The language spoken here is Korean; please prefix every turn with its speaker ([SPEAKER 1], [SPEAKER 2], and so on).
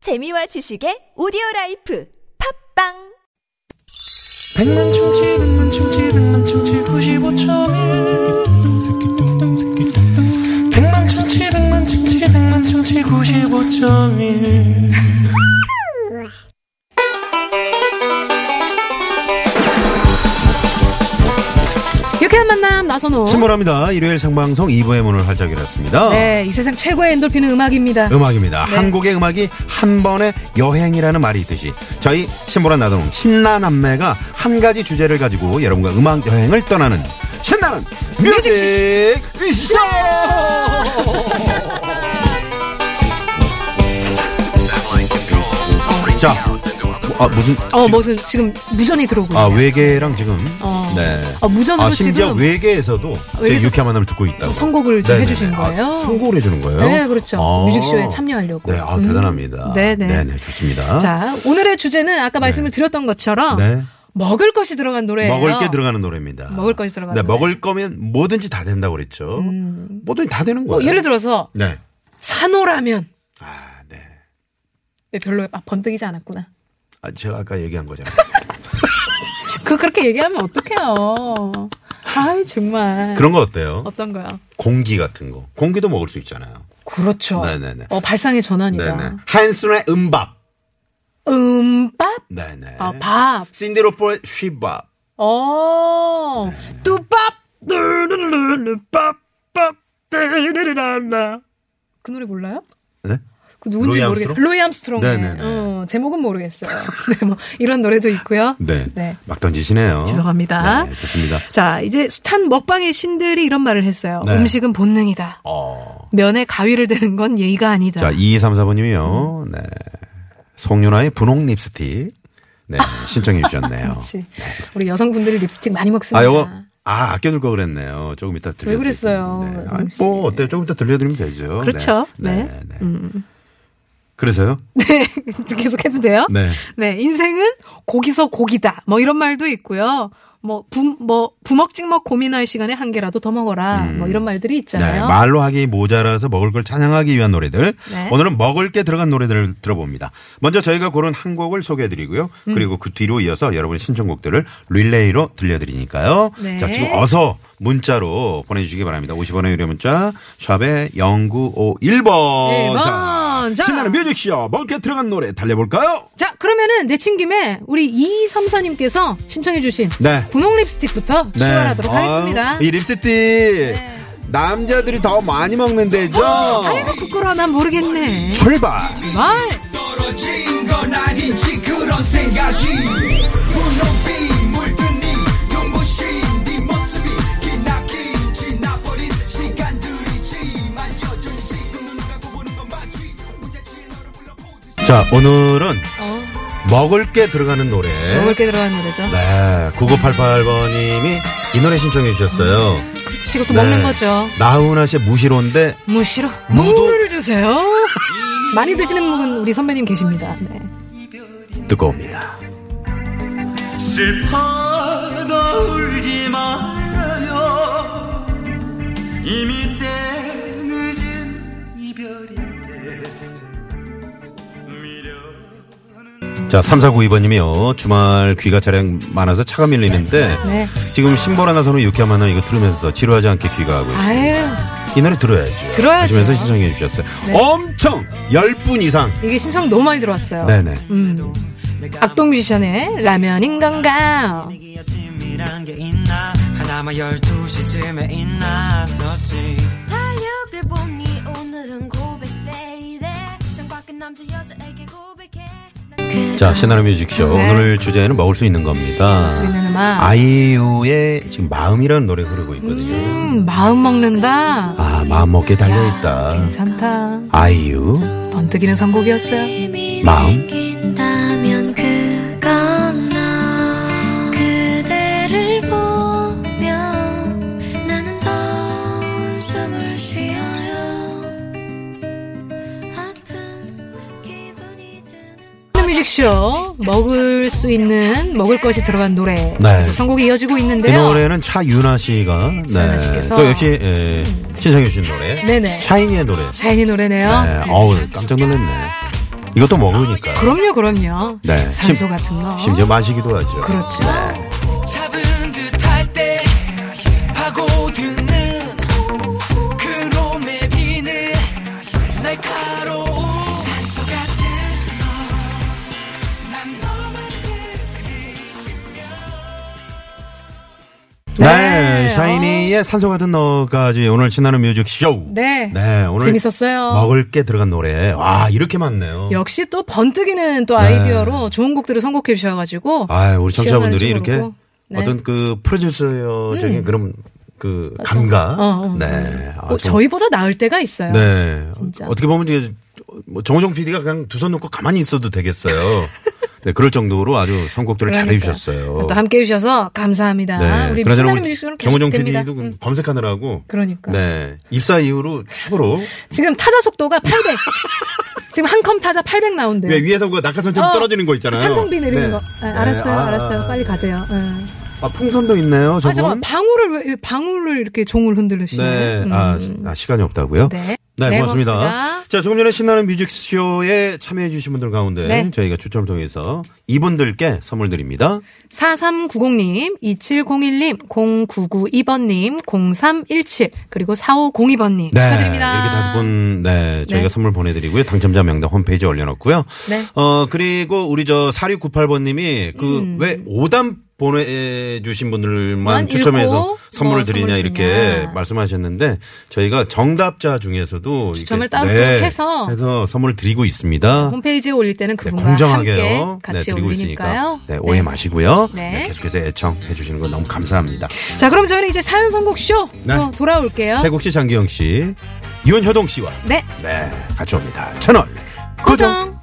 [SPEAKER 1] 재미와 지식의 오디오 라이프 팝빵
[SPEAKER 2] 백만 충치 백만 충치 백만 충치 95.1 백만 충치 백만 충치 백만 충치 95.1
[SPEAKER 3] 유쾌한 만남 나선호.
[SPEAKER 4] 신보라입니다. 일요일 생방송 2부의 문을 활짝 열었습니다.
[SPEAKER 3] 어? 네, 이 세상 최고의 엔돌핀은 음악입니다.
[SPEAKER 4] 음악입니다.
[SPEAKER 3] 네.
[SPEAKER 4] 한국의 음악이 한 번의 여행이라는 말이 있듯이 저희 신보라 나동 신나남매가 한 가지 주제를 가지고 여러분과 음악 여행을 떠나는 신나는 뮤직 쇼! 자, 아, 무슨,
[SPEAKER 3] 어, 무슨 지금 무전이 들어오고.
[SPEAKER 4] 아,
[SPEAKER 3] 있네요.
[SPEAKER 4] 외계랑 지금,
[SPEAKER 3] 어.
[SPEAKER 4] 네.
[SPEAKER 3] 아, 무전으로
[SPEAKER 4] 아, 심지어
[SPEAKER 3] 지금
[SPEAKER 4] 외계에서도 제
[SPEAKER 3] 외계에서
[SPEAKER 4] 유쾌한 만남을 듣고 있다고.
[SPEAKER 3] 선곡을 지금
[SPEAKER 4] 네네네.
[SPEAKER 3] 해주신 거예요?
[SPEAKER 4] 아, 선곡을 해주는 거예요?
[SPEAKER 3] 네, 그렇죠.
[SPEAKER 4] 아.
[SPEAKER 3] 뮤직쇼에 참여하려고.
[SPEAKER 4] 네, 아,
[SPEAKER 3] 음.
[SPEAKER 4] 대단합니다.
[SPEAKER 3] 네네.
[SPEAKER 4] 네네, 좋습니다.
[SPEAKER 3] 자, 오늘의 주제는 아까 말씀을 드렸던 것처럼
[SPEAKER 4] 네.
[SPEAKER 3] 먹을 것이 들어간 노래예요.
[SPEAKER 4] 먹을 게 들어가는 노래입니다.
[SPEAKER 3] 먹을 것이 들어가는
[SPEAKER 4] 네,
[SPEAKER 3] 노래.
[SPEAKER 4] 먹을 거면 뭐든지 다 된다고 그랬죠. 뭐든지 다 되는
[SPEAKER 3] 어,
[SPEAKER 4] 거예요.
[SPEAKER 3] 예를 들어서
[SPEAKER 4] 네.
[SPEAKER 3] 산호라면.
[SPEAKER 4] 아, 네.
[SPEAKER 3] 네, 별로 아, 번뜩이지 않았구나.
[SPEAKER 4] 아, 제가 아까 얘기한 거잖아요.
[SPEAKER 3] 그 그렇게 얘기하면 어떡해요. 아이 정말.
[SPEAKER 4] 그런 거 어때요?
[SPEAKER 3] 어떤 거요?
[SPEAKER 4] 공기 같은 거. 공기도 먹을 수 있잖아요.
[SPEAKER 3] 그렇죠.
[SPEAKER 4] 네네네.
[SPEAKER 3] 어, 발상의 전환이다.
[SPEAKER 4] 네네. 한순의 음밥.
[SPEAKER 3] 음밥,
[SPEAKER 4] 네네.
[SPEAKER 3] 아, 밥,
[SPEAKER 4] 신디로폴 쉬밥.
[SPEAKER 3] 어, 뚜밥, 뚜루루루밥, 밥, 뚜루루라라. 그 노래 몰라요?
[SPEAKER 4] 네?
[SPEAKER 3] 그 누군지
[SPEAKER 4] 로이
[SPEAKER 3] 모르겠어요.
[SPEAKER 4] 암스트롱?
[SPEAKER 3] 로이 암스트롱의
[SPEAKER 4] 네네네.
[SPEAKER 3] 어, 제목은 모르겠어요. 네, 뭐 이런 노래도 있고요.
[SPEAKER 4] 네.
[SPEAKER 3] 네.
[SPEAKER 4] 막 던지시네요.
[SPEAKER 3] 죄송합니다.
[SPEAKER 4] 네, 좋습니다.
[SPEAKER 3] 자, 이제 숱한 먹방의 신들이 이런 말을 했어요.
[SPEAKER 4] 네.
[SPEAKER 3] 음식은 본능이다.
[SPEAKER 4] 어.
[SPEAKER 3] 면에 가위를 대는 건 예의가 아니다.
[SPEAKER 4] 자, 2234번님이요. 네. 송윤아의 분홍 립스틱. 네, 신청해 주셨네요.
[SPEAKER 3] 그렇지. 우리 여성분들이 립스틱 많이 먹습니다.
[SPEAKER 4] 아, 요거, 아, 아껴둘 거 그랬네요. 조금 이따 들려드릴게요.
[SPEAKER 3] 그랬어요,
[SPEAKER 4] 네.
[SPEAKER 3] 여성
[SPEAKER 4] 아니,
[SPEAKER 3] 씨.
[SPEAKER 4] 뭐, 어때요? 조금 이따 들려드리면 되죠.
[SPEAKER 3] 그렇죠.
[SPEAKER 4] 네.
[SPEAKER 3] 네.
[SPEAKER 4] 네. 네. 그래서요?
[SPEAKER 3] 네, 계속 해도 돼요?
[SPEAKER 4] 네.
[SPEAKER 3] 네, 인생은 고기서 고기다. 뭐 이런 말도 있고요. 뭐, 부, 뭐, 부먹찍먹 고민할 시간에 한 개라도 더 먹어라.
[SPEAKER 4] 음.
[SPEAKER 3] 뭐 이런 말들이
[SPEAKER 4] 네.
[SPEAKER 3] 있잖아요.
[SPEAKER 4] 말로 하기 모자라서 먹을 걸 찬양하기 위한 노래들.
[SPEAKER 3] 네.
[SPEAKER 4] 오늘은 먹을 게 들어간 노래들을 들어봅니다. 먼저 저희가 고른 한 곡을 소개해 드리고요.
[SPEAKER 3] 음.
[SPEAKER 4] 그리고 그 뒤로 이어서 여러분 신청곡들을 릴레이로 들려드리니까요.
[SPEAKER 3] 네.
[SPEAKER 4] 자, 지금 어서 문자로 보내주시기 바랍니다. 50원의 유료 문자, 샵에
[SPEAKER 3] 네,
[SPEAKER 4] 0951번.
[SPEAKER 3] 일번. 자.
[SPEAKER 4] 신나는 뮤직쇼, 먹을 게 들어간 노래 달려볼까요?
[SPEAKER 3] 자, 그러면은 내친 김에 우리 이삼사님께서 신청해주신
[SPEAKER 4] 네.
[SPEAKER 3] 분홍 립스틱부터
[SPEAKER 4] 네.
[SPEAKER 3] 출발하도록
[SPEAKER 4] 아유,
[SPEAKER 3] 하겠습니다. 네.
[SPEAKER 4] 이 립스틱. 남자들이 더 많이 먹는 데죠?
[SPEAKER 3] 어, 아이고, 부끄러워. 난 모르겠네.
[SPEAKER 4] 출발!
[SPEAKER 3] 말!
[SPEAKER 5] 떨어진 건 아닌지 그런 생각이 무농비 물든 이 눈부신 네 모습이 기나긴 지나버린 시간들이지만 여전히 지금 눈 감고 보는 건 맞지 무자취에 너를 불러보듯이
[SPEAKER 4] 자, 오늘은
[SPEAKER 3] 어,
[SPEAKER 4] 먹을 게 들어가는 노래.
[SPEAKER 3] 먹을 게 들어간 노래죠.
[SPEAKER 4] 네, 9988번님이 이 노래 신청해 주셨어요.
[SPEAKER 3] 그렇지, 이것도
[SPEAKER 4] 네.
[SPEAKER 3] 먹는 거죠.
[SPEAKER 4] 나훈아 씨의 무시로인데
[SPEAKER 3] 무시로.
[SPEAKER 4] 무도.
[SPEAKER 3] 무를 드세요. 많이 드시는 분은 우리 선배님 계십니다. 네.
[SPEAKER 4] 뜨거웁니다.
[SPEAKER 6] 슬퍼도 울지 말아요 이미 때 늦은 이별인데 미련
[SPEAKER 4] 자, 3492번님이요. 주말 귀가 차량 많아서 차가 밀리는데
[SPEAKER 3] 네.
[SPEAKER 4] 지금 신보라 나서는 유쾌한 만남 이거 들으면서 지루하지 않게 귀가 하고 있어요.
[SPEAKER 3] 아유,
[SPEAKER 4] 이 노래 들어야죠.
[SPEAKER 3] 들어야죠. 네.
[SPEAKER 4] 하시면서 신청해 주셨어요. 엄청 10분 이상.
[SPEAKER 3] 이게 신청 너무 많이 들어왔어요.
[SPEAKER 4] 네네.
[SPEAKER 3] 음. 악동 뮤지션의 라면인 건가?
[SPEAKER 7] 분위기 아침이란 게 있나 하나만 12시쯤에 있나었지
[SPEAKER 8] 달력을 보니 오늘은 고백데이래 정곽은 남자 여자에게 고백해
[SPEAKER 4] 자, 신나는 뮤직쇼.
[SPEAKER 3] 네.
[SPEAKER 4] 오늘 주제는 먹을 수 있는 겁니다.
[SPEAKER 3] 수 있는 음악.
[SPEAKER 4] 아이유의 지금 마음이라는 노래 흐르고 있거든요.
[SPEAKER 3] 음, 마음 먹는다.
[SPEAKER 4] 아, 마음 먹게 달려있다.
[SPEAKER 3] 괜찮다.
[SPEAKER 4] 아이유,
[SPEAKER 3] 번뜩이는 선곡이었어요.
[SPEAKER 4] 마음.
[SPEAKER 8] 다면 그건 나 그대를 보며 나는 더 숨을 쉬어요 아픈 기분이 드는
[SPEAKER 3] 뮤직쇼 먹을 수 있는 먹을 것이 들어간 노래
[SPEAKER 4] 네.
[SPEAKER 3] 계속 선곡이 이어지고
[SPEAKER 4] 이
[SPEAKER 3] 있는데요.
[SPEAKER 4] 노래는 차윤아 씨가,
[SPEAKER 3] 네. 차윤아
[SPEAKER 4] 네.
[SPEAKER 3] 씨께서. 음.
[SPEAKER 4] 또 역시, 예, 신청해주신 노래.
[SPEAKER 3] 네네.
[SPEAKER 4] 샤이니의 노래.
[SPEAKER 3] 샤이니 노래네요.
[SPEAKER 4] 네. 어우, 깜짝 놀랐네. 이것도 먹으니까.
[SPEAKER 3] 그럼요, 그럼요.
[SPEAKER 4] 네.
[SPEAKER 3] 산소
[SPEAKER 4] 심-
[SPEAKER 3] 같은 거.
[SPEAKER 4] 심지어 마시기도 하죠.
[SPEAKER 3] 그렇죠.
[SPEAKER 5] 잡은 듯할 때 파고드는 그놈의 비는 날카로운 산소 같은 너난 너만
[SPEAKER 4] 네,
[SPEAKER 3] 네,
[SPEAKER 4] 샤이니의 산소 같은 너까지 오늘 신나는 뮤직 쇼.
[SPEAKER 3] 네.
[SPEAKER 4] 네, 오늘
[SPEAKER 3] 재밌었어요.
[SPEAKER 4] 먹을 게 들어간 노래. 와, 이렇게 많네요.
[SPEAKER 3] 역시 또 번뜩이는 또 아이디어로 좋은 곡들을 선곡해 주셔가지고.
[SPEAKER 4] 네. 아, 우리
[SPEAKER 3] 시원할
[SPEAKER 4] 청취자분들이
[SPEAKER 3] 줄
[SPEAKER 4] 이렇게
[SPEAKER 3] 모르고. 네. 음.
[SPEAKER 4] 어떤 그 프로듀서적인 그런 그 감각.
[SPEAKER 3] 어, 어.
[SPEAKER 4] 네. 아,
[SPEAKER 3] 어,
[SPEAKER 4] 정-
[SPEAKER 3] 저희보다 나을 때가 있어요.
[SPEAKER 4] 네.
[SPEAKER 3] 아, 진짜.
[SPEAKER 4] 어떻게 보면 이제 뭐 정호정 PD가 그냥 두 손 놓고 가만히 있어도 되겠어요. 네, 그럴 정도로 아주 선곡들을 잘해
[SPEAKER 3] 그러니까요. 아,
[SPEAKER 4] 주셨어요. 네.
[SPEAKER 3] 또 함께 해주셔서 감사합니다. 우리
[SPEAKER 4] 그나저나
[SPEAKER 3] 신나는 뮤직쇼는 계속
[SPEAKER 4] 정호정
[SPEAKER 3] 됩니다.
[SPEAKER 4] PD도
[SPEAKER 3] 음,
[SPEAKER 4] 검색하느라고
[SPEAKER 3] 그러니까.
[SPEAKER 4] 네. 입사 이후로 최고로
[SPEAKER 3] 지금 타자 속도가 800. 지금 한 컴 타자 800 나온대요.
[SPEAKER 4] 왜 위에서 그
[SPEAKER 3] 네.
[SPEAKER 4] 낙하산처럼
[SPEAKER 3] 어,
[SPEAKER 4] 떨어지는 거 있잖아요.
[SPEAKER 3] 삼성비 내리는
[SPEAKER 4] 네.
[SPEAKER 3] 거. 아,
[SPEAKER 4] 네,
[SPEAKER 3] 알았어요,
[SPEAKER 4] 아,
[SPEAKER 3] 알았어요.
[SPEAKER 4] 아,
[SPEAKER 3] 빨리 가세요. 예.
[SPEAKER 4] 아, 풍선도 있네요.
[SPEAKER 3] 아, 잠깐
[SPEAKER 4] 저건.
[SPEAKER 3] 방울을 왜- 왜 방울을 이렇게 종을 흔들으시나요?
[SPEAKER 4] 네.
[SPEAKER 3] 음.
[SPEAKER 4] 아, 시- 아, 시간이 없다고요?
[SPEAKER 3] 네.
[SPEAKER 4] 네,
[SPEAKER 3] 네,
[SPEAKER 4] 고맙습니다.
[SPEAKER 3] 고맙습니다.
[SPEAKER 4] 자, 조금 전에 신나는 뮤직쇼에 참여해주신 분들 가운데
[SPEAKER 3] 네.
[SPEAKER 4] 저희가 추첨을 통해서 이분들께 선물 드립니다.
[SPEAKER 3] 4390님, 2701님, 0992번님, 0317, 그리고 4502번님. 축하드립니다.
[SPEAKER 4] 네, 이렇게 다섯 분, 네,
[SPEAKER 3] 네.
[SPEAKER 4] 저희가 선물 보내드리고요. 당첨자 명단 홈페이지에 올려놓고요.
[SPEAKER 3] 네.
[SPEAKER 4] 어, 그리고 우리 저 4698번님이 그 왜 오답 보내주신 분들만
[SPEAKER 3] 만
[SPEAKER 4] 추첨해서
[SPEAKER 3] 음. 읽고
[SPEAKER 4] 선물을
[SPEAKER 3] 뭐
[SPEAKER 4] 드리냐
[SPEAKER 3] 선물
[SPEAKER 4] 이렇게
[SPEAKER 3] 주냐.
[SPEAKER 4] 말씀하셨는데 저희가 정답자 중에서도
[SPEAKER 3] 추첨을
[SPEAKER 4] 이렇게, 네,
[SPEAKER 3] 따로 또 해서
[SPEAKER 4] 해서 선물을 드리고 있습니다.
[SPEAKER 3] 홈페이지에 올릴 때는
[SPEAKER 4] 아. 네,
[SPEAKER 3] 그분과 함께
[SPEAKER 4] 공정하게요. 네,
[SPEAKER 3] 같이
[SPEAKER 4] 드리고
[SPEAKER 3] 올리니까요.
[SPEAKER 4] 있으니까 네, 오해 마시고요.
[SPEAKER 3] 네.
[SPEAKER 4] 네, 계속해서 애청해 주시는 거 너무 감사합니다.
[SPEAKER 3] 자, 그럼 저희는 이제 사연 선곡 쇼
[SPEAKER 4] 네.
[SPEAKER 3] 또 돌아올게요.
[SPEAKER 4] 최국 씨, 장기영 씨, 윤효동 씨와
[SPEAKER 3] 네.
[SPEAKER 4] 네, 같이 옵니다. 채널
[SPEAKER 3] 고정.